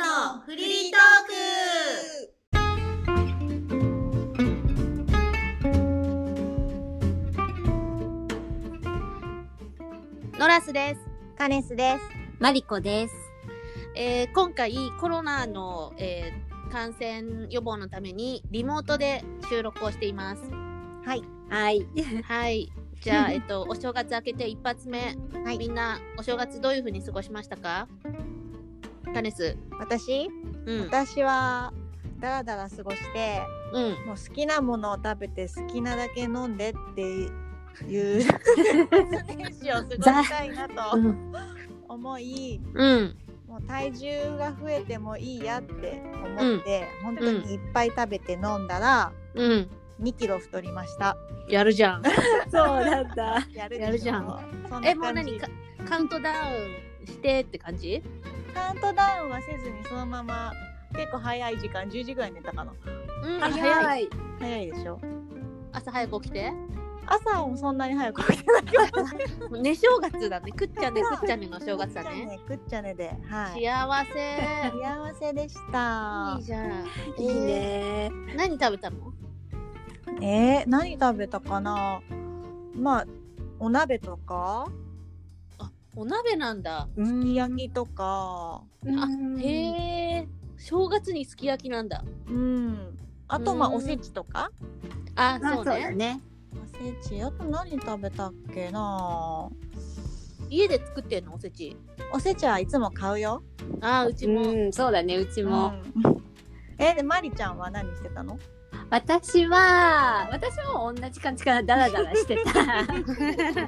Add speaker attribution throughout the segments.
Speaker 1: のフリートーク
Speaker 2: ノラスです。
Speaker 3: カネスです。
Speaker 4: マリコです。
Speaker 2: えー今回コロナの、えー感染予防のためにリモートで収録をしています。
Speaker 3: はい。
Speaker 4: はい。
Speaker 2: はい。じゃあ、えっ と、お正月明けて一発目、
Speaker 3: はい
Speaker 2: みんなお正月どういうふうに過ごしましたかタネス。
Speaker 3: 私
Speaker 2: うん。
Speaker 3: 私はダラダラ過ごして、
Speaker 2: うん。
Speaker 3: もう好きなものを食べて好きなだけ飲んでっていう年始を過ごしたいなと
Speaker 4: うん
Speaker 3: 思い、
Speaker 2: うん。
Speaker 3: もう体重が増えてもいいやって思って、本当にいっぱい食べて飲んだら
Speaker 2: うん。
Speaker 3: 2キロ太りました。
Speaker 2: やるじゃん。
Speaker 4: そうなんだ。
Speaker 3: やる
Speaker 2: やるじゃん
Speaker 3: そんな感じ
Speaker 2: え、もう何かカウントダウンしてって感じ
Speaker 3: カウントダウンはせずにそのまま結構早い時間10時ぐらいに寝たかな。
Speaker 2: うん。い。
Speaker 4: 早い。
Speaker 3: 早いでしょ。
Speaker 2: 朝早く起きて。
Speaker 3: 朝もそんなに早く起きてなくて
Speaker 2: ね正月だね。くっちゃね、くっちゃねの正月だね。。
Speaker 3: くっちゃねで。はい。
Speaker 2: 幸せ。
Speaker 3: 幸せでした
Speaker 2: いい。じゃん。
Speaker 4: いいね。
Speaker 2: 何食べたの
Speaker 3: えー、何食べたかな。まあお鍋とか、
Speaker 2: お鍋なんだ。
Speaker 3: すき焼きとか、
Speaker 4: うん
Speaker 2: へえ。正月にすき焼きなんだ。
Speaker 3: うん。あとまあ
Speaker 2: うん
Speaker 3: おせちとか。
Speaker 2: あ、
Speaker 4: あ
Speaker 2: そうね。
Speaker 4: ね。
Speaker 3: おせちあと何食べたっけな。
Speaker 2: 家で作ってんのおせち。
Speaker 3: おせちはいつも買うよ。
Speaker 2: あー、うちも。
Speaker 4: うん、そうだね。うちも。
Speaker 3: うん。えでまりちゃんは何してたの？
Speaker 4: 私は、私も同じ感じからダラダラしてた。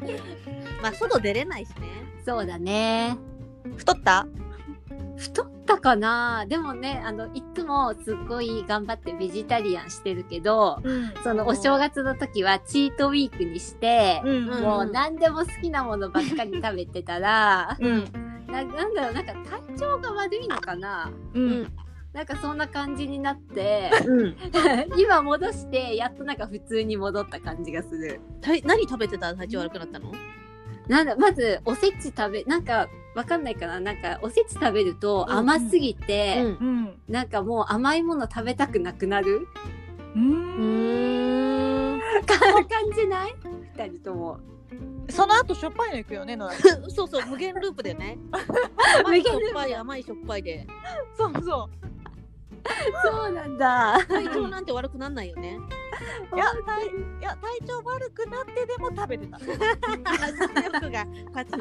Speaker 2: まあ外出れないしね。
Speaker 4: そうだね。
Speaker 3: 太った？
Speaker 4: 太ったかな。でもね、あのいつもすっごい頑張ってベジタリアンしてるけど。
Speaker 3: うん
Speaker 4: そのお正月の時はチートウィークにして、
Speaker 3: うん
Speaker 2: うん
Speaker 4: もう何でも好きなものばっかり食べてたら
Speaker 3: うん
Speaker 4: ななんだろうなんか体調が悪いのかな
Speaker 3: う
Speaker 2: うんん。
Speaker 4: なんかそんな感じになって
Speaker 2: うん。
Speaker 4: 今戻してやっとなんか普通に戻った感じがする
Speaker 2: たい何食べてたら体調悪くなったの？
Speaker 4: なんだまずおせち食べなんかわかんないかななんかおせち食べると
Speaker 3: うん
Speaker 4: 甘すぎて、
Speaker 2: ん。
Speaker 3: うん
Speaker 4: なんかもう甘いもの食べたくなくなる
Speaker 3: うん
Speaker 2: う ーん。
Speaker 4: 感じない二人とも
Speaker 3: その後しょっぱいの行くよね野 田
Speaker 2: そうそう無限ループだよ ね。甘
Speaker 4: 無
Speaker 2: いし
Speaker 4: 限
Speaker 2: ょっ
Speaker 4: ループ
Speaker 2: ぱい甘いしょっぱいで
Speaker 3: そうそ
Speaker 4: そうなんだ
Speaker 2: 体調なんて悪くなんないよね。
Speaker 3: ういや体いや体調悪くなってでも食べてた
Speaker 2: 力が勝つ。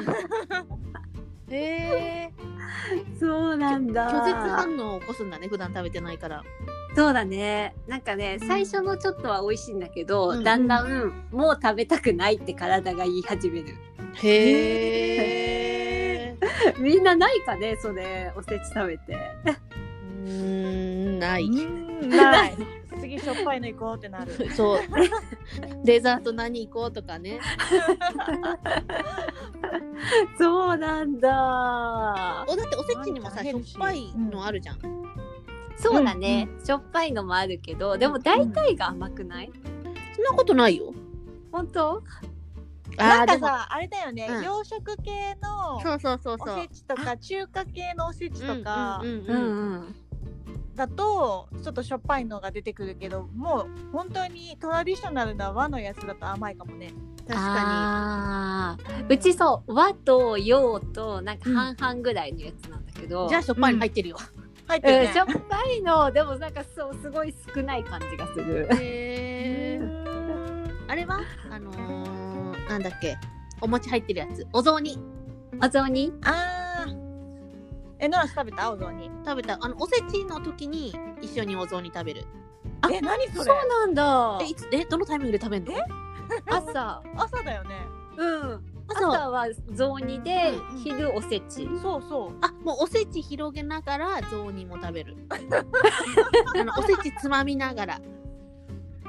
Speaker 2: へえ。
Speaker 4: そうなんだ
Speaker 2: 拒絶反応を起こすんだね普段食べてないから。
Speaker 4: そうだね。なんかね、最初のちょっとは美味しいんだけど、
Speaker 2: うん
Speaker 4: だんだんもう食べたくないって体が言い始める。
Speaker 2: へえ。
Speaker 4: みんなないかね、それ、おせち食べて。
Speaker 2: うーんない。
Speaker 3: うんない 次しょっぱいの行こうってなる
Speaker 2: そう。デザート何行こうとかね。
Speaker 4: そうなんだ。
Speaker 2: おだっておせちにも
Speaker 3: な
Speaker 2: さ
Speaker 3: んか
Speaker 2: し
Speaker 3: ヘ
Speaker 2: ょっ
Speaker 3: ルシー
Speaker 2: ぱいのあるじゃん。
Speaker 4: そうだね、しょっぱいのもあるけど、でも大体が甘くない、
Speaker 2: そんなことないよ。
Speaker 4: 本当
Speaker 3: なん
Speaker 2: ー
Speaker 3: かさあれだよね、
Speaker 2: うん
Speaker 3: 洋食系の
Speaker 2: そうそうそうそ
Speaker 3: おせ
Speaker 2: う。
Speaker 3: ちとか中華系のおせちとか
Speaker 2: うんうんうん
Speaker 4: う
Speaker 2: うん
Speaker 4: んうん。
Speaker 3: だとちょっとしょっぱいのが出てくるけどもう本当にトラディショナルな和のやつだと甘いかもね
Speaker 2: 確か
Speaker 4: あーうちそう、和と洋となんか半々ぐらいのやつなんだけど。
Speaker 2: に。じゃあしょっぱいの入ってるよ。
Speaker 3: 入ってる
Speaker 4: うん、
Speaker 3: ね
Speaker 4: しょっぱいの、でもなんかそう、すごい少ない感じがする。
Speaker 2: へ
Speaker 3: う
Speaker 2: ー
Speaker 3: ん
Speaker 2: あれはあのー、なんだっけお餅入ってるやつ。お雑煮
Speaker 4: お雑煮
Speaker 3: あーえノラス食べた青雑煮
Speaker 2: 食べたあのおせちの時に一緒にお雑煮食べる。
Speaker 4: あ
Speaker 3: え何そ
Speaker 4: そう
Speaker 3: れ
Speaker 4: なんだ
Speaker 2: えいつえどのタイミングで食べるの？
Speaker 4: 朝
Speaker 3: 朝だよね
Speaker 4: うん
Speaker 2: 朝
Speaker 4: 朝は雑煮で、
Speaker 3: うんうん
Speaker 4: 昼おせち
Speaker 3: そうそう
Speaker 2: あもうおせち広げながら雑煮も食べる。あのおせちつまみながら。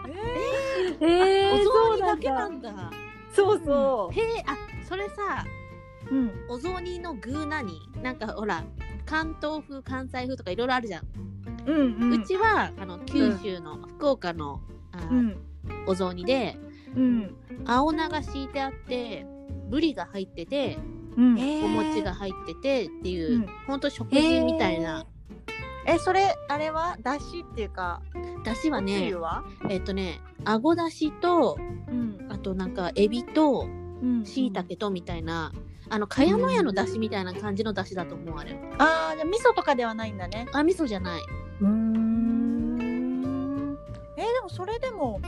Speaker 4: え
Speaker 2: お
Speaker 4: ー
Speaker 2: 雑煮だけなんだ。
Speaker 4: そうそ
Speaker 2: へえあそれさ
Speaker 3: うん
Speaker 2: お雑煮の具何なんかほら関東風関西風とかいろいろあるじゃん。
Speaker 3: うん
Speaker 2: う
Speaker 3: うん
Speaker 2: ちはあの九州の福岡の、あー
Speaker 3: うん
Speaker 2: お雑煮で
Speaker 3: うん
Speaker 2: 青菜が敷いてあって。ぶりが入ってて、
Speaker 3: うん
Speaker 4: う、えー
Speaker 2: お餅が入っててってい
Speaker 3: う
Speaker 2: う、
Speaker 3: ん
Speaker 2: ほんと食事みたいな
Speaker 3: えそれあれはだしっていうか
Speaker 2: だしは
Speaker 3: おつ
Speaker 2: ね
Speaker 3: ゆは
Speaker 2: えっとねあごだしと
Speaker 3: うん
Speaker 2: あとなんかエビと
Speaker 3: うん
Speaker 2: しいたけとみたいな、あの茅野屋のだしみたいな感じのだしだと思うあれは
Speaker 3: あーじゃあ味噌とかではないんだね
Speaker 2: あ味噌じゃないう
Speaker 3: ーんえーでもそれでも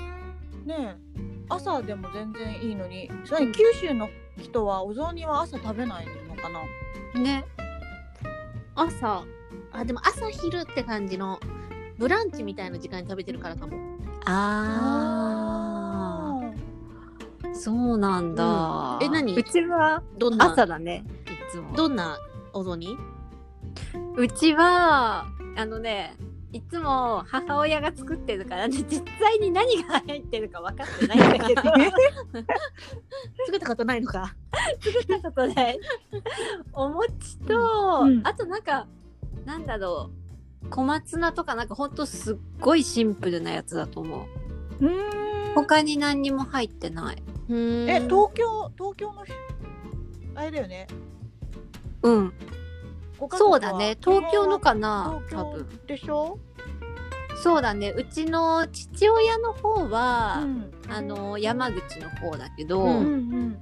Speaker 3: ねえ朝でも全然いいのにそれに九州の人はお雑煮は朝食べないのかな
Speaker 4: ね
Speaker 2: 朝あでも朝昼って感じのブランチみたいな時間に食べてるからかも
Speaker 4: ああそうなんだ、
Speaker 2: うんえ何
Speaker 4: うちは
Speaker 2: どんな
Speaker 4: 朝だねいつも
Speaker 2: どんなお雑煮
Speaker 4: うちはあのねいつも母親が作ってるから、ね、 実際に何が入ってるか分かってないんだけ ど作っ
Speaker 2: 作ったことないのか
Speaker 4: たことない お餅と、
Speaker 3: うんうん
Speaker 4: あとなんかなんだろう小松菜とかなんかほんとすっごいシンプルなやつだと思 う
Speaker 3: うーん
Speaker 4: 他に何にも入ってない
Speaker 3: え
Speaker 2: え
Speaker 3: 東京東京のあれだよね
Speaker 4: うん
Speaker 3: ご家族は
Speaker 4: そうだね東京のかな
Speaker 3: 東京
Speaker 4: 多分
Speaker 3: でしょ、
Speaker 4: そうだねうちの父親の方は、
Speaker 3: ん
Speaker 4: あの山口の方だけど、
Speaker 2: う
Speaker 3: うんん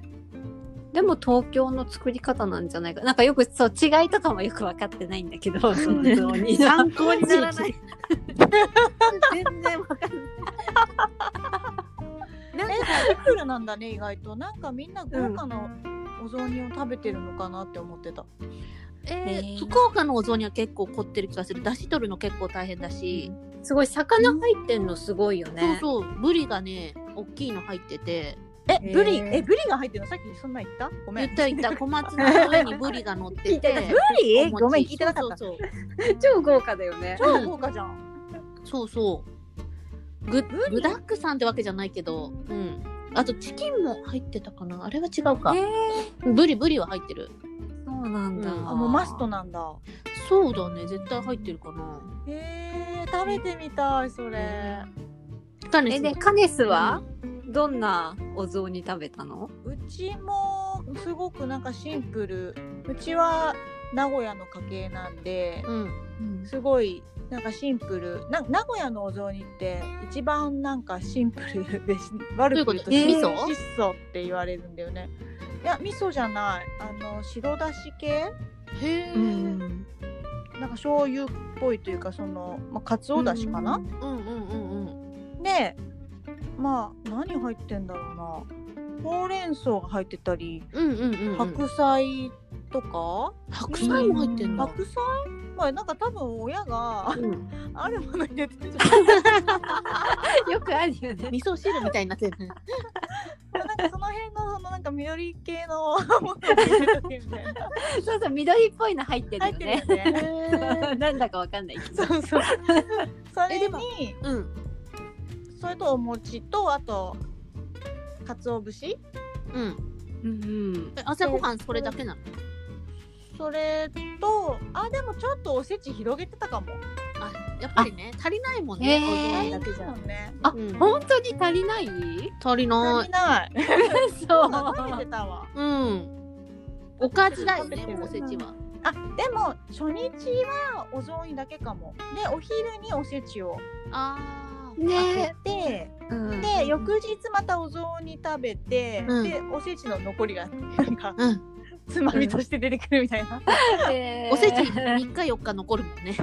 Speaker 4: でも東京の作り方なんじゃないかなんかよくそう違いとかもよく分かってないんだけど その雑煮の
Speaker 2: 参考になら ない全然わかん
Speaker 3: うん、えシンプルなんだね意外となんかみんな豪華なお雑煮を食べてるのかなって思ってた、
Speaker 2: え
Speaker 4: ね
Speaker 2: ー、福岡のお雑煮は結構凝ってる気がするだし取るの結構大変だし、
Speaker 4: すごい魚入ってんのすごいよね
Speaker 2: そうそうぶりがね大きいの入ってて
Speaker 3: え
Speaker 4: へー
Speaker 3: ブリえブリが入ってるのさっきそんなん言ったごめ
Speaker 2: 言
Speaker 3: ん
Speaker 2: った言った小松菜の上にぶりが乗っててお
Speaker 3: リ
Speaker 2: 餅
Speaker 3: ごめん聞いてなかった
Speaker 2: そうそう
Speaker 4: 超豪華だよね
Speaker 2: う
Speaker 3: 超豪華じゃん、
Speaker 2: そうそうぐ具だくさんってわけじゃないけどうんあとチキンも入ってたかなあれは違うか
Speaker 4: えー、
Speaker 2: ぶりぶりは入ってる
Speaker 4: そうなんだ、
Speaker 2: うん
Speaker 3: あもうマストなんだ
Speaker 2: そうだね絶対入ってるかな
Speaker 3: えー、食べてみたいそれ
Speaker 2: だね
Speaker 4: えでカネスは、どんなお雑煮食べたの
Speaker 3: うちもすごくなんかシンプルうちは名古屋の家系なんで
Speaker 2: うん
Speaker 3: すごいなんかシンプルな名古屋のお雑煮って一番なんかシンプルでし悪く言うと
Speaker 2: どういう
Speaker 4: こと
Speaker 3: し
Speaker 2: 味噌
Speaker 3: 質素って言われるんだよねいや味噌じゃないあの白だし系
Speaker 2: へえ
Speaker 4: う
Speaker 2: うん
Speaker 4: ん
Speaker 3: なんか醤油っぽいというかそのまあ鰹だしかな、
Speaker 2: うんうんうん
Speaker 3: でまあ何入ってんだろうなほうれん草が入ってたり
Speaker 2: うんうんうんうん
Speaker 3: 白菜とか、
Speaker 2: 白菜も入ってんだ
Speaker 3: 白菜まあなんか多分親が
Speaker 2: うん
Speaker 3: あるもの入れてたん じゃない
Speaker 4: よくあるよね
Speaker 2: 味噌汁みたいになってるね
Speaker 3: なんかその辺のそのなんか緑系のものを入れとけみたいな
Speaker 4: そうそう緑っぽいの入ってる
Speaker 3: 入
Speaker 4: よ
Speaker 3: って
Speaker 4: ね
Speaker 3: るよね。
Speaker 4: なんだかわかんないけど
Speaker 3: そうそう。そ
Speaker 2: え
Speaker 3: れ
Speaker 2: でも
Speaker 3: に
Speaker 2: うん
Speaker 3: それとお餅とあと鰹節
Speaker 2: うん
Speaker 4: うん
Speaker 2: え朝ごはんそれだけなの
Speaker 3: それとあでもちょっとおせち広げてたかも。
Speaker 2: あやっぱりね足りないもんね
Speaker 4: へ
Speaker 2: お
Speaker 4: ー
Speaker 2: 雑煮だけじ
Speaker 3: そ
Speaker 2: ゃ
Speaker 3: うね。
Speaker 4: あ、
Speaker 2: うん
Speaker 4: 本当に足りない
Speaker 2: 足りな
Speaker 3: 足り
Speaker 2: い
Speaker 3: ない。
Speaker 4: そ
Speaker 3: 食べてたわ。
Speaker 2: うんおかずだよね
Speaker 3: 食べてる
Speaker 2: おせちは
Speaker 3: あでも初日はお雑煮だけかも。でお昼におせちを
Speaker 2: あー
Speaker 4: ね
Speaker 3: 開けて。
Speaker 4: うん
Speaker 3: で翌日またお雑煮食べて、
Speaker 2: うん
Speaker 3: でおせちの残りがなんか、
Speaker 2: うん
Speaker 3: つまみとして出てくるみたいな、
Speaker 4: えー
Speaker 2: おせち3日4日残るもんね、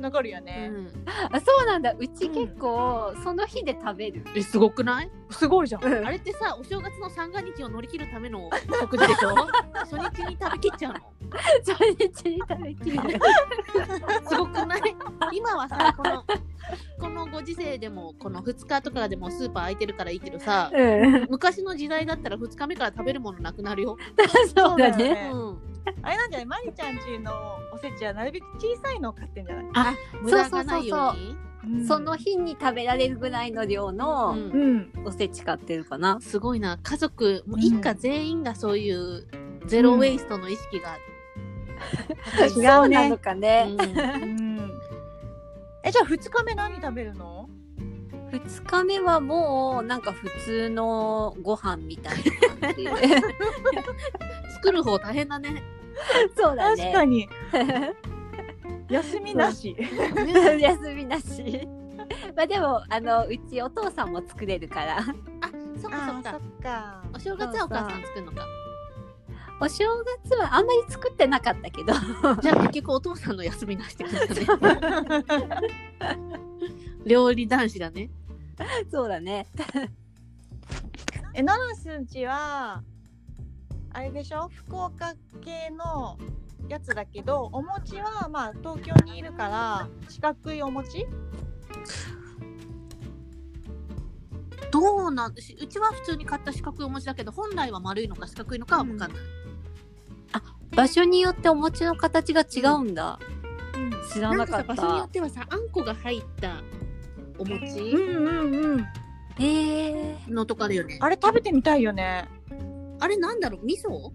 Speaker 3: 残るよね、
Speaker 2: うん、
Speaker 4: あそうなんだうち結構その日で食べる、
Speaker 2: えすごくない
Speaker 3: すごいじゃん
Speaker 2: あれってさお正月の三が日を乗り切るための食事でしょ初日に食べきっちゃうの
Speaker 4: 初日に食べきる
Speaker 2: すごくない 今はさこのこのご時世でもこの2日とかでもスーパー空いてるからいいけどさ
Speaker 4: うん
Speaker 2: 昔の時代だったら2日目から食べるものなくなるよ、
Speaker 4: そ
Speaker 3: そ
Speaker 4: うだ
Speaker 3: うだよ
Speaker 4: ね
Speaker 3: ね
Speaker 2: うん、
Speaker 3: あれなんじゃないまりちゃんちのおせちはなるべく小さいのを買ってんじゃない、
Speaker 2: 無駄がないように
Speaker 4: その日に食べられるぐらいの量の
Speaker 2: うん
Speaker 3: うん
Speaker 4: おせち買ってるかな、
Speaker 2: すごいな家族もう一家全員がそういうゼロウェイストの意識が、
Speaker 3: 違うね
Speaker 4: そうなのか
Speaker 2: う
Speaker 4: ね、
Speaker 2: ん
Speaker 3: うんえじゃあ2日目何食べるの
Speaker 4: 二日目はもうなんか普通のご飯みたいな感じ
Speaker 2: 作る方大変だね
Speaker 4: そうだ
Speaker 3: 確か
Speaker 4: ね
Speaker 3: に休みなし。
Speaker 4: 休みなし。 まあでもあのうちお父さんも作れるから
Speaker 2: あそっかそっか
Speaker 3: っか
Speaker 2: お正月はお母さん作るのか
Speaker 4: お正月はあんまり作ってなかったけど
Speaker 2: じゃあ結局お父さんの休みなしてくれた ね 料理男子だね
Speaker 4: そうだね
Speaker 3: え、ナナスんちは。あれでしょ福岡系の。やつだけど、お餅はまあ東京にいるから、四角いお餅。
Speaker 2: どうなんしうちは普通に買った四角いお餅だけど本来は丸いのか四角いのかは分かんない、
Speaker 4: 場所によってお餅の形が違うんだ、
Speaker 3: うん
Speaker 4: 知らなかっ
Speaker 2: 場所によ
Speaker 4: た
Speaker 2: ってはさあんこが入ったお
Speaker 3: うん
Speaker 2: 餅
Speaker 3: うんうん。
Speaker 4: へえ
Speaker 2: のとかだよね、
Speaker 3: あれ食べてみたいよね。
Speaker 2: あれなんだろう味噌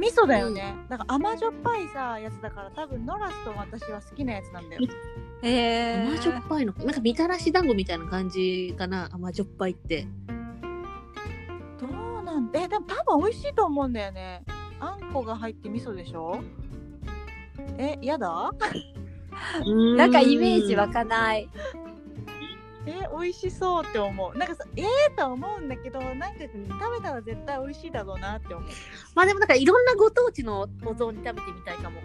Speaker 3: 味噌だよね。なんか甘じょっぱいさ、やつだから、多分ノラスと私は好きなやつなんだよ。
Speaker 4: へえ
Speaker 2: 甘じょっぱいのなんかみたらし団子みたいな感じかな甘じょっぱいって
Speaker 3: どうなんだ。え、でも多分美味しいと思うんだよね。あんこが入って味噌でしょえ、やだ。
Speaker 4: なんかイメージ湧かない
Speaker 3: え、美味しそうって思う。なんかさ、ええー、とは思うんだけど、なんか食べたら絶対美味しいだろうなって思う。
Speaker 2: まあでもなんかいろんなご当地のお雑煮食べてみたいかも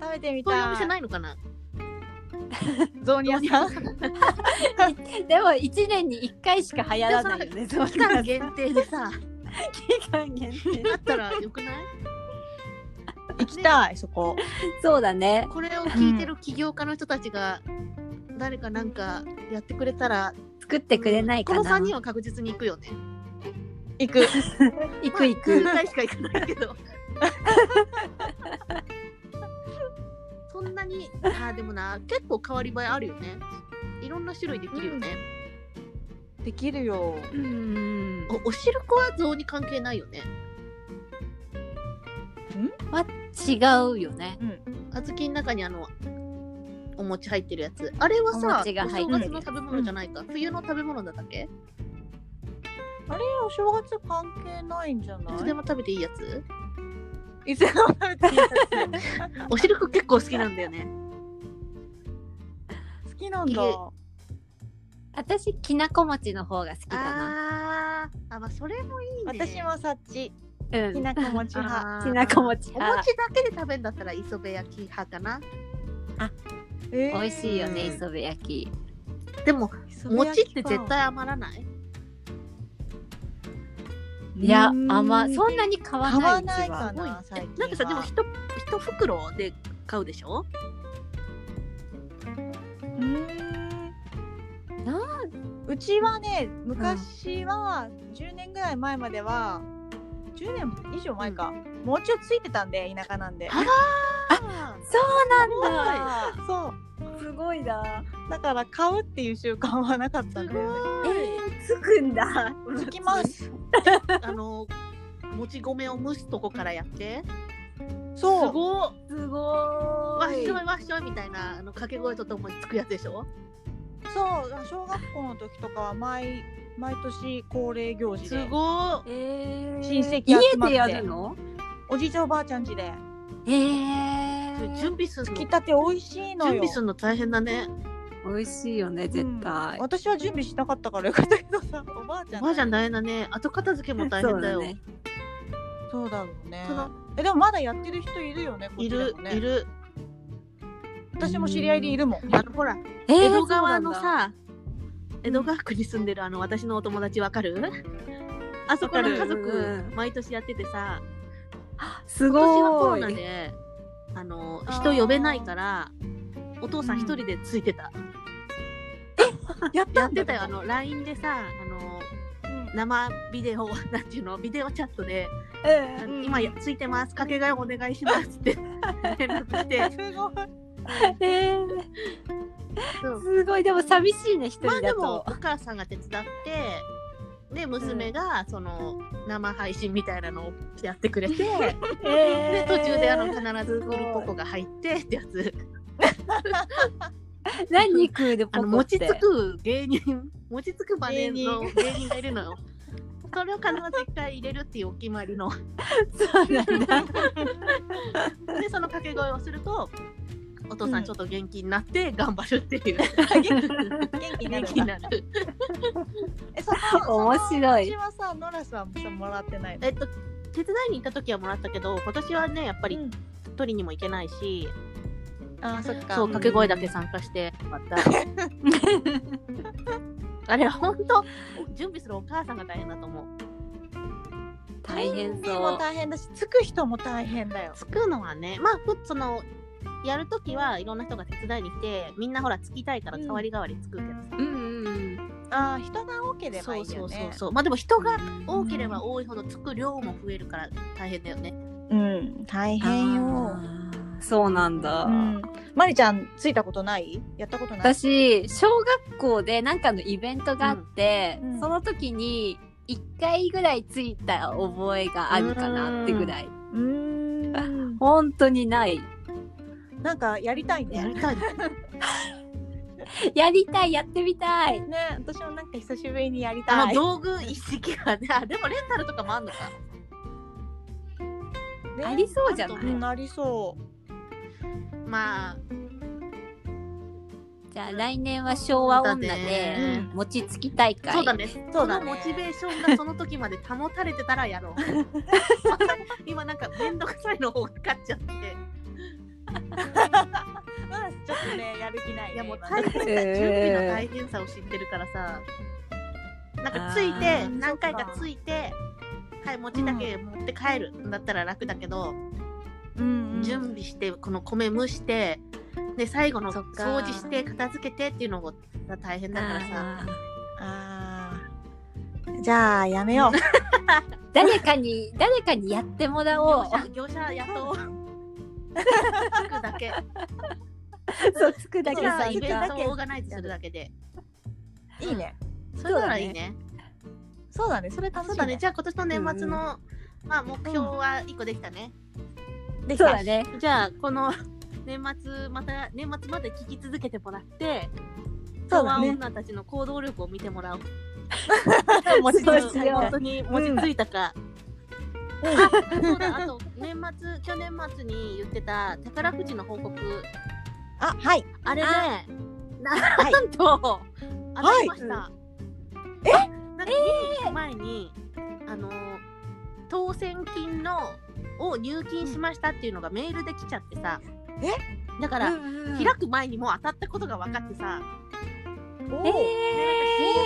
Speaker 3: 食べてみ
Speaker 2: そういうお
Speaker 3: たい。
Speaker 2: 店ないのかな
Speaker 3: 雑煮屋さん。
Speaker 4: でも1年に1回しか流行らないよね そう
Speaker 2: 期間限定でさ
Speaker 4: 期間限定
Speaker 2: あったらよくない
Speaker 3: 行きたい、そこ。
Speaker 4: そうだね
Speaker 2: これを聞いてる起業家の人たちが誰かなんかやってくれたら
Speaker 4: 作ってくれないかな、
Speaker 2: この3人は確実に行くよね
Speaker 3: 行く。
Speaker 4: 行く行
Speaker 2: 数
Speaker 4: く
Speaker 2: 回しか行かないけ どそんなにあーでもな結構変わり映えあるよねいろんな種類できるよね、
Speaker 3: できるよ。
Speaker 4: うん
Speaker 2: おお汁粉は雑に関係ないよね
Speaker 4: 違うよね
Speaker 2: 小豆の中にあのお餅入ってるやつあれは
Speaker 4: お
Speaker 2: さお
Speaker 4: 餅が入
Speaker 2: 正
Speaker 4: って
Speaker 2: 月
Speaker 4: る
Speaker 2: の食べ物じゃないか、冬の食べ物だったっけ、
Speaker 3: あれ、お正月関係ないんじゃない
Speaker 2: つ
Speaker 3: い
Speaker 2: で。も食べていいやつ
Speaker 3: いつでも食べていいやつ。
Speaker 2: お汁粉結構好きなんだよね
Speaker 3: 好きなんだ。
Speaker 4: 私きなこ餅の方が好きだな
Speaker 2: あーあまあそれもいいね
Speaker 3: 私もそっち。
Speaker 4: うん
Speaker 3: きなこ餅派。
Speaker 2: あー
Speaker 4: きなこ餅
Speaker 2: お
Speaker 4: 派
Speaker 2: 餅だけで食べるんだったら磯辺焼き派かな
Speaker 3: え
Speaker 4: 美
Speaker 3: ー
Speaker 4: 味しいよね
Speaker 2: うん
Speaker 4: 磯辺焼き
Speaker 2: でも
Speaker 3: 磯辺
Speaker 2: 餅
Speaker 3: 焼
Speaker 2: っ
Speaker 3: きか
Speaker 2: て絶対余らない
Speaker 4: いや
Speaker 3: うーん
Speaker 4: 甘そんなに買わない
Speaker 3: 買わないか
Speaker 4: うちは
Speaker 3: な最近は
Speaker 2: なんかさでも一一袋で買うでしょ
Speaker 3: うーん
Speaker 4: な
Speaker 3: うちはね昔は10年ぐらい前までは10年以上前か、餅をついてたんで田舎なんで
Speaker 2: ああ
Speaker 4: そうなんだ
Speaker 3: あそ
Speaker 4: すごいな
Speaker 3: うだから買うっていう習慣はなかったん
Speaker 2: すご
Speaker 3: だよね
Speaker 4: え
Speaker 2: い
Speaker 4: ー、つくんだ
Speaker 3: つきます
Speaker 2: あのもち米を蒸すとこからやって
Speaker 3: そう
Speaker 2: すごっ
Speaker 4: すご
Speaker 2: わっ
Speaker 4: ーい
Speaker 2: しょいわっしょいみたいなあの掛け声とともにつくやつでしょ
Speaker 3: そう小学校の時とかは毎毎年恒例行事
Speaker 2: す
Speaker 3: で
Speaker 2: ごっ
Speaker 4: えー、
Speaker 3: 親戚集ま
Speaker 4: 家
Speaker 3: って
Speaker 4: でやるの
Speaker 3: おじいちゃんおばあちゃん家で
Speaker 4: え
Speaker 2: それ
Speaker 4: ー、
Speaker 2: 準備する
Speaker 3: つ
Speaker 2: の
Speaker 3: き
Speaker 2: 準
Speaker 3: たて美味しいのよ
Speaker 2: 備するの大変だね
Speaker 4: 美味しいよね絶対、
Speaker 3: うん私は準備しなかったからよかったけどさおばあちゃん
Speaker 2: おばあちゃん大変だね後片付けも大変だよ
Speaker 4: そうね
Speaker 3: そうだろうね
Speaker 2: その
Speaker 3: えでもまだやってる人いるよねこっ
Speaker 2: い
Speaker 3: ちで
Speaker 2: る
Speaker 3: もね
Speaker 2: いる
Speaker 3: 私も知り合いでいるもん
Speaker 2: あのほら
Speaker 4: えー
Speaker 2: 江戸川の
Speaker 4: そうなんだ
Speaker 2: さ、江戸川区に住んでるあの私のお友達わかるあそこの家
Speaker 4: わかる
Speaker 2: 族
Speaker 4: うん
Speaker 2: 毎年やっててさ
Speaker 4: す
Speaker 2: 今年はコ
Speaker 4: ご
Speaker 2: ロ
Speaker 4: い
Speaker 2: ナであの
Speaker 3: あー
Speaker 2: 人呼べないからお父さん一人でついてた、
Speaker 3: やっ
Speaker 2: や
Speaker 3: た
Speaker 2: っ
Speaker 3: ん
Speaker 2: て
Speaker 3: だ
Speaker 2: たよあの LINE でさあの生ビデオ なんていうのビデオチャットで「あ
Speaker 4: う
Speaker 2: の
Speaker 3: うん
Speaker 2: 今やついてます掛け替えお願いします」って連絡来て
Speaker 3: すごい
Speaker 4: んえー
Speaker 2: そう
Speaker 4: すごいでも寂しいね一
Speaker 2: まあ
Speaker 4: 人
Speaker 2: で
Speaker 4: だ
Speaker 2: もお
Speaker 4: と、
Speaker 2: 母さんが手伝ってで娘がその生配信みたいなのをやってくれて、
Speaker 4: え
Speaker 2: で
Speaker 4: ー
Speaker 2: 途中であの必ずクールポコが入ってってやつ
Speaker 4: 何食うでポ
Speaker 2: あ
Speaker 4: コ
Speaker 2: の
Speaker 4: って
Speaker 2: 餅つく芸人餅つくバネの芸人がいるのよそれを必ず一回入れるっていうお決まりの。
Speaker 4: そう なんだ。
Speaker 2: で、その掛け声をすると、お父さんちょっと元気になって頑張るって いう。
Speaker 3: 元気にな
Speaker 2: 元
Speaker 3: る
Speaker 2: 気
Speaker 3: ん
Speaker 2: に
Speaker 3: だ
Speaker 2: なる。
Speaker 3: えそのその
Speaker 4: 面白い
Speaker 3: 私はさノラスはさもらってないの
Speaker 2: えっと、手伝いに行った時はもらったけど、今年はね、やっぱり
Speaker 3: うん
Speaker 2: 取りにも行けないし、
Speaker 3: あーそっか
Speaker 2: そう、
Speaker 4: か
Speaker 2: 掛け声だけ参加して、また。 あれ、本当準備するお母さんが大変だと思う。
Speaker 4: 大変
Speaker 3: 準備
Speaker 4: そ
Speaker 3: も
Speaker 4: う。
Speaker 3: 大変だしつく人も大変だよ
Speaker 2: つくのはね、まあ、ふその、やるときはいろんな人が手伝いに来て、みんなほら、つきたいから代わり代わりつくけどさ。
Speaker 4: うんうん
Speaker 3: あー人が多ければ
Speaker 2: そ
Speaker 3: いいう
Speaker 2: そ
Speaker 3: よ
Speaker 2: う
Speaker 3: ね
Speaker 2: そうそうまあでも人が多ければ多いほどつく量も増えるから大変だよね
Speaker 3: うん大
Speaker 4: うん。
Speaker 3: 変よ
Speaker 4: あーそうなんだ。
Speaker 3: うんまりちゃんついたことないやったことない
Speaker 4: 私小学校でなんかのイベントがあって、
Speaker 3: うんうん
Speaker 4: その時に1回ぐらいついた覚えがあるかなってぐらい、
Speaker 3: うーん
Speaker 4: 本当にない
Speaker 3: なんかやりたい
Speaker 2: や
Speaker 3: ね
Speaker 2: り たい
Speaker 4: やりたいやってみたい
Speaker 3: ね私もなんか久しぶりにやりた
Speaker 2: あの
Speaker 3: い
Speaker 2: 道具一式はねあでもレンタルとかもあんのか
Speaker 3: ね
Speaker 4: ありそうじゃな
Speaker 2: あ
Speaker 4: い
Speaker 2: ると思
Speaker 3: うんありそ
Speaker 2: まあ
Speaker 4: じゃあ来年は昭和女
Speaker 2: そうだ
Speaker 4: で
Speaker 2: ね
Speaker 4: 餅つき大会
Speaker 2: そうだね
Speaker 3: そ
Speaker 2: そう
Speaker 3: だ
Speaker 2: の
Speaker 3: ね
Speaker 2: モチベーションがその時まで保たれてたらや ろう今なんか面倒くさいの方が勝っちゃって
Speaker 3: うまだちょっとねやる気ない、ね、
Speaker 2: いやもう
Speaker 3: 今
Speaker 2: 大変さ準
Speaker 4: えー
Speaker 2: 備の大変さを知ってるからさなんかつい
Speaker 4: あ
Speaker 2: て
Speaker 4: ー
Speaker 2: 何回かついてはい餅だけ持って帰るんだったら楽だけど、
Speaker 3: うんうん
Speaker 2: 準備してこの米蒸してで最後の
Speaker 4: そっか
Speaker 2: 掃除して片付けてっていうのが大変だからさ
Speaker 4: あ
Speaker 3: あ
Speaker 4: ー
Speaker 3: ーじゃあやめよう
Speaker 4: 誰かに誰かにやってもらお
Speaker 2: 業 者業
Speaker 4: う
Speaker 2: 者雇お う つくだけ
Speaker 4: そうつくだ
Speaker 2: だ
Speaker 4: け
Speaker 2: け
Speaker 4: さ
Speaker 2: さ
Speaker 3: ん
Speaker 2: イベン
Speaker 3: だ
Speaker 2: ト
Speaker 3: け
Speaker 2: をオーガナイズするだけで
Speaker 3: いいね
Speaker 2: それならいいね
Speaker 3: そうだねそれ楽しい、
Speaker 2: そうだねじゃあ今年の年末の、まあ目標は1個できたね、
Speaker 3: でき
Speaker 4: そう
Speaker 3: た
Speaker 4: だね
Speaker 2: じゃあこの 年末また年末まで聞き続けてもらって
Speaker 3: そ
Speaker 2: そうう
Speaker 3: だね
Speaker 2: 女たちの行動力を見てもらおう
Speaker 3: 餅つき
Speaker 4: そう
Speaker 2: 本
Speaker 4: しよう
Speaker 2: 当に餅ついたか。あそうだあと年末去年末に言ってた宝くじの報告
Speaker 3: あはい
Speaker 2: あれね
Speaker 4: あ
Speaker 3: はい
Speaker 2: なんと当たりました、
Speaker 3: え
Speaker 2: なんか2年前に、あの当選金のを入金しましたっていうのがメールで来ちゃってさ
Speaker 3: え
Speaker 2: だから、開
Speaker 4: 開
Speaker 2: く前にもう当たったことが分かってさ、
Speaker 3: お
Speaker 4: え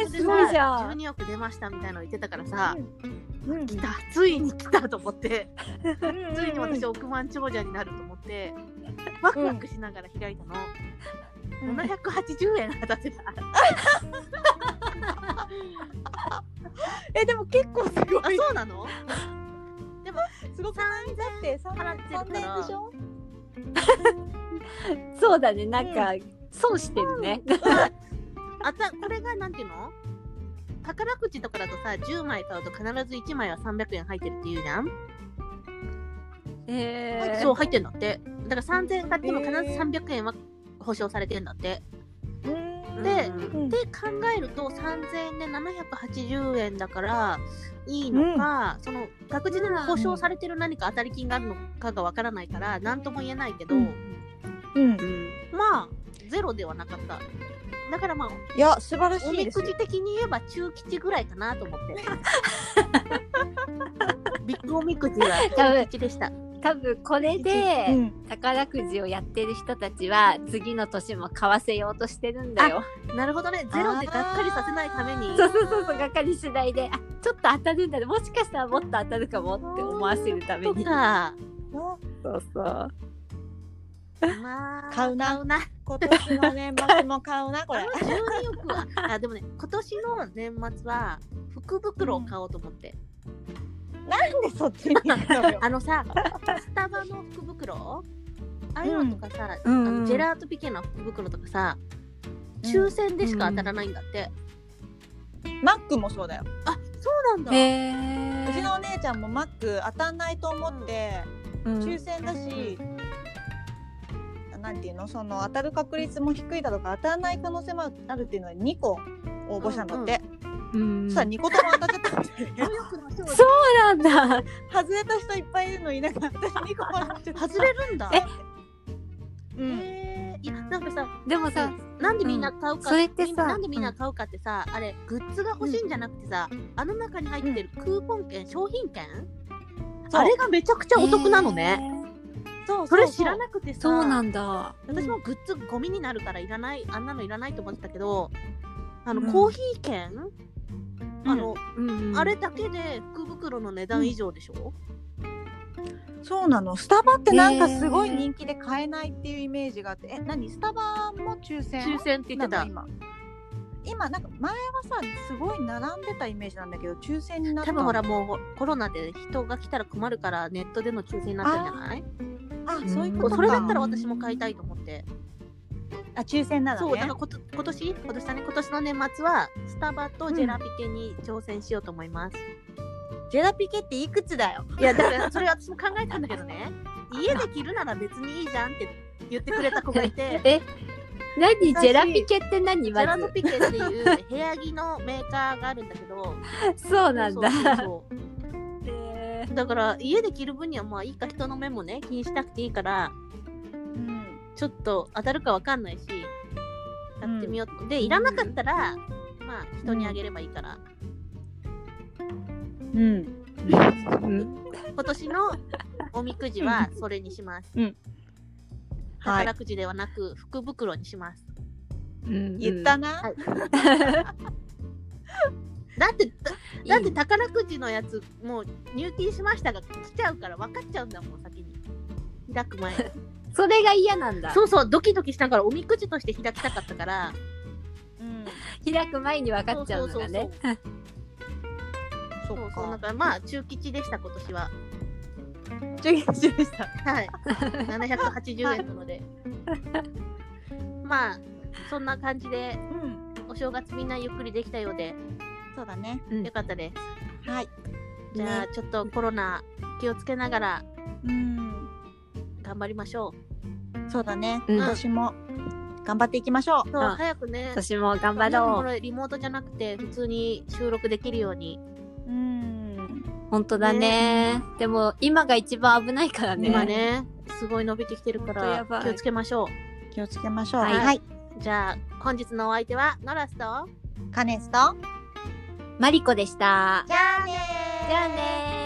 Speaker 3: ー
Speaker 4: ー、すごいじゃん
Speaker 2: 12億出ましたみたいなの言ってたからさ、
Speaker 3: うん
Speaker 2: 来たついに来たと思って
Speaker 3: うん
Speaker 2: ついに私億万長者になると思ってワクワクしながら開いたの、
Speaker 3: うん
Speaker 2: 780円当たってた
Speaker 3: えでも結構すご
Speaker 2: あ
Speaker 3: い
Speaker 2: そうなの
Speaker 3: すごくないだって三
Speaker 2: 払ってる
Speaker 3: 三
Speaker 2: から
Speaker 3: 年でしょ
Speaker 4: そうだねなんか、損してるね、
Speaker 2: あたこれがなんていうの宝くじとかだとさ10枚買うと必ず1枚は300円入ってるっていうじゃん、
Speaker 4: えー、
Speaker 2: そう入ってるんだってだから3000円買っても必ず
Speaker 3: へー
Speaker 2: 300円は保証されてるんだって、
Speaker 3: うん
Speaker 2: で
Speaker 4: うん
Speaker 3: うん
Speaker 2: で考えると3000円で780円だからいいのか、その確実に保証されてる何か当たり金があるのかがわからないから何とも言えないけど、
Speaker 3: うんうん
Speaker 4: うん
Speaker 2: まあゼロではなかっただからまあ
Speaker 3: いや素晴らし
Speaker 2: お
Speaker 3: い
Speaker 2: み
Speaker 3: です
Speaker 2: く
Speaker 3: よ
Speaker 2: じ的に言えば中吉ぐらいかなと思 って。ビッグおみくじは中吉でした。
Speaker 4: 多分これ
Speaker 3: う
Speaker 4: で
Speaker 3: ん
Speaker 4: 宝くじをやってる人たちは次の年も買わせようとしてるんだよ。
Speaker 2: なるほどね、ゼロでがっかりさせないために。
Speaker 4: そうそうそうそうがっかり次第であちょっと当たるんだねもしかしたらもっと当たるかもって思わせるため
Speaker 2: と
Speaker 4: に。
Speaker 2: か、
Speaker 3: あ
Speaker 4: そうそう。
Speaker 2: まあ、
Speaker 3: 買うな
Speaker 2: 買うな。
Speaker 3: 今年の年末も買うなこれ
Speaker 2: 12億は、あ、でもね、今年の年末は福袋を買おうと思って。
Speaker 3: なんでそっちに行ったのよ
Speaker 2: あのさ、スタバの福袋ああいうのとかさ、
Speaker 4: うん
Speaker 2: あ
Speaker 4: うん
Speaker 2: のジェラートピケの福袋とかさ、
Speaker 3: うん
Speaker 2: 抽選でしか当たらないんだって。
Speaker 3: マックもそうだよ
Speaker 2: あ、そうなんだ。
Speaker 4: へ
Speaker 3: うち
Speaker 4: え。
Speaker 3: のお姉ちゃんもマック当たんないと思って抽選だし、なんていうのその当たる確率も低いだろうから当たらない可能性もあるっていうのに2個応募したんだって、
Speaker 4: うん
Speaker 3: そし
Speaker 4: そ
Speaker 3: た
Speaker 4: う
Speaker 3: ら2個とも当たっち ゃったんですよね
Speaker 4: なんだ。
Speaker 3: 外れた人いっぱいいるのになんか私2個も 当たっちゃった
Speaker 2: 外れるんだ。
Speaker 4: え
Speaker 3: うん
Speaker 2: えーいやなんかさ
Speaker 4: でもさ、
Speaker 2: なんでみんな買うか、
Speaker 4: うんそれってさ
Speaker 2: みんななんでみんな買うかってさ、あれグッズが欲しいんじゃなくてさ、あの中に入ってるクーポン券、商品券
Speaker 3: そう
Speaker 2: あれがめちゃくちゃお得なのね、
Speaker 3: そうそう
Speaker 2: それ知ら
Speaker 3: い
Speaker 2: なくてさ
Speaker 4: そうなんだ。
Speaker 2: 私もグッズゴミになるからいらないあんなのいらないと思ってたけどあの、
Speaker 3: うん
Speaker 2: コーヒー券、あの、
Speaker 4: うんうん
Speaker 2: あれだけで福袋の値段以上でしょ、
Speaker 3: そうなのスタバってなんかすごい人気で買えないっていうイメージがあってえ何スタバも抽選
Speaker 2: 抽選って言
Speaker 3: な
Speaker 2: ってた
Speaker 3: の今今なんか前はさすごい並んでたイメージなんだけど抽選になった
Speaker 2: 多
Speaker 3: の
Speaker 2: 分ほらもうコロナで人が来たら困るからネットでの抽選になったんじゃない
Speaker 3: あそういうことか
Speaker 2: それだったら私も買いたいと思って
Speaker 3: あ抽選な
Speaker 2: そ
Speaker 3: の
Speaker 2: うだか
Speaker 3: ね
Speaker 2: らこと今年今年だね今年の年末はスタバとジェラピケに挑戦しようと思います、
Speaker 3: ジェラピケっていくつだよ
Speaker 2: いやだからそれ私も考えたんだけどね家で着るなら別にいいじゃんって言ってくれた子 がいて
Speaker 4: え、何
Speaker 3: 難しい
Speaker 4: ジェラピケって何
Speaker 2: ジェ
Speaker 4: ま
Speaker 2: ラノ
Speaker 4: ず。
Speaker 2: ピケっていう部屋着のメーカーがあるんだけど
Speaker 4: そうなん
Speaker 2: そ
Speaker 4: だ。
Speaker 2: うそうそう
Speaker 4: へー
Speaker 2: だから家で着る分にはまあいいか人の目もね気にしなくていいから
Speaker 3: うん
Speaker 2: ちょっと当たるかわかんないしやってみようと、でいらなかったら、まあ人にあげればいいから、
Speaker 3: うん
Speaker 2: 今年のおみくじはそれにし ます
Speaker 3: はい
Speaker 2: 宝くじではなく福袋にします、
Speaker 3: 言った。な、
Speaker 2: はいだってだだって宝くじのやつもう入金しましたが来ちゃうから分かっちゃうんだもん先に開く前に
Speaker 4: それが嫌なんだ。
Speaker 2: そうそうドキドキしながらおみくじとして開きたかったから
Speaker 3: うん
Speaker 4: 開く前に分かっちゃうんだね。
Speaker 3: そ
Speaker 2: そうそうそうそう
Speaker 3: う
Speaker 2: そうだ
Speaker 3: か
Speaker 2: からまあ中吉でした今年は
Speaker 3: 抽選でした
Speaker 2: はい、780円なので。まあ、そんな感じで、
Speaker 3: うん
Speaker 2: お正月みんなゆっくりできたようで、
Speaker 3: そうだね
Speaker 4: うん
Speaker 2: よかったです。
Speaker 3: はい
Speaker 2: じゃあ、
Speaker 3: ね
Speaker 2: ちょっとコロナ気をつけながら
Speaker 3: うん
Speaker 2: 頑張りましょう。
Speaker 3: そうだね、
Speaker 4: うん
Speaker 3: 今年も頑張っていきましょう
Speaker 2: そう、
Speaker 4: あ
Speaker 2: 早くね、
Speaker 4: 私も頑張
Speaker 2: ねこ
Speaker 4: ろ
Speaker 2: れリモートじゃなくて、普通に収録できるように。
Speaker 3: うん
Speaker 4: う。本当だね。でも今が一番危ないからね。
Speaker 2: 今ね、すごい伸びてきてるか
Speaker 4: ほんとや
Speaker 2: ら
Speaker 4: ばい
Speaker 2: 気をつけましょ
Speaker 3: 気をつけましょう
Speaker 4: はい
Speaker 3: はい、
Speaker 2: う。じゃあ、本日のお相手は、ノラスと、
Speaker 3: カネスと
Speaker 4: マリコでした。
Speaker 3: じゃあねー
Speaker 4: じゃあねー。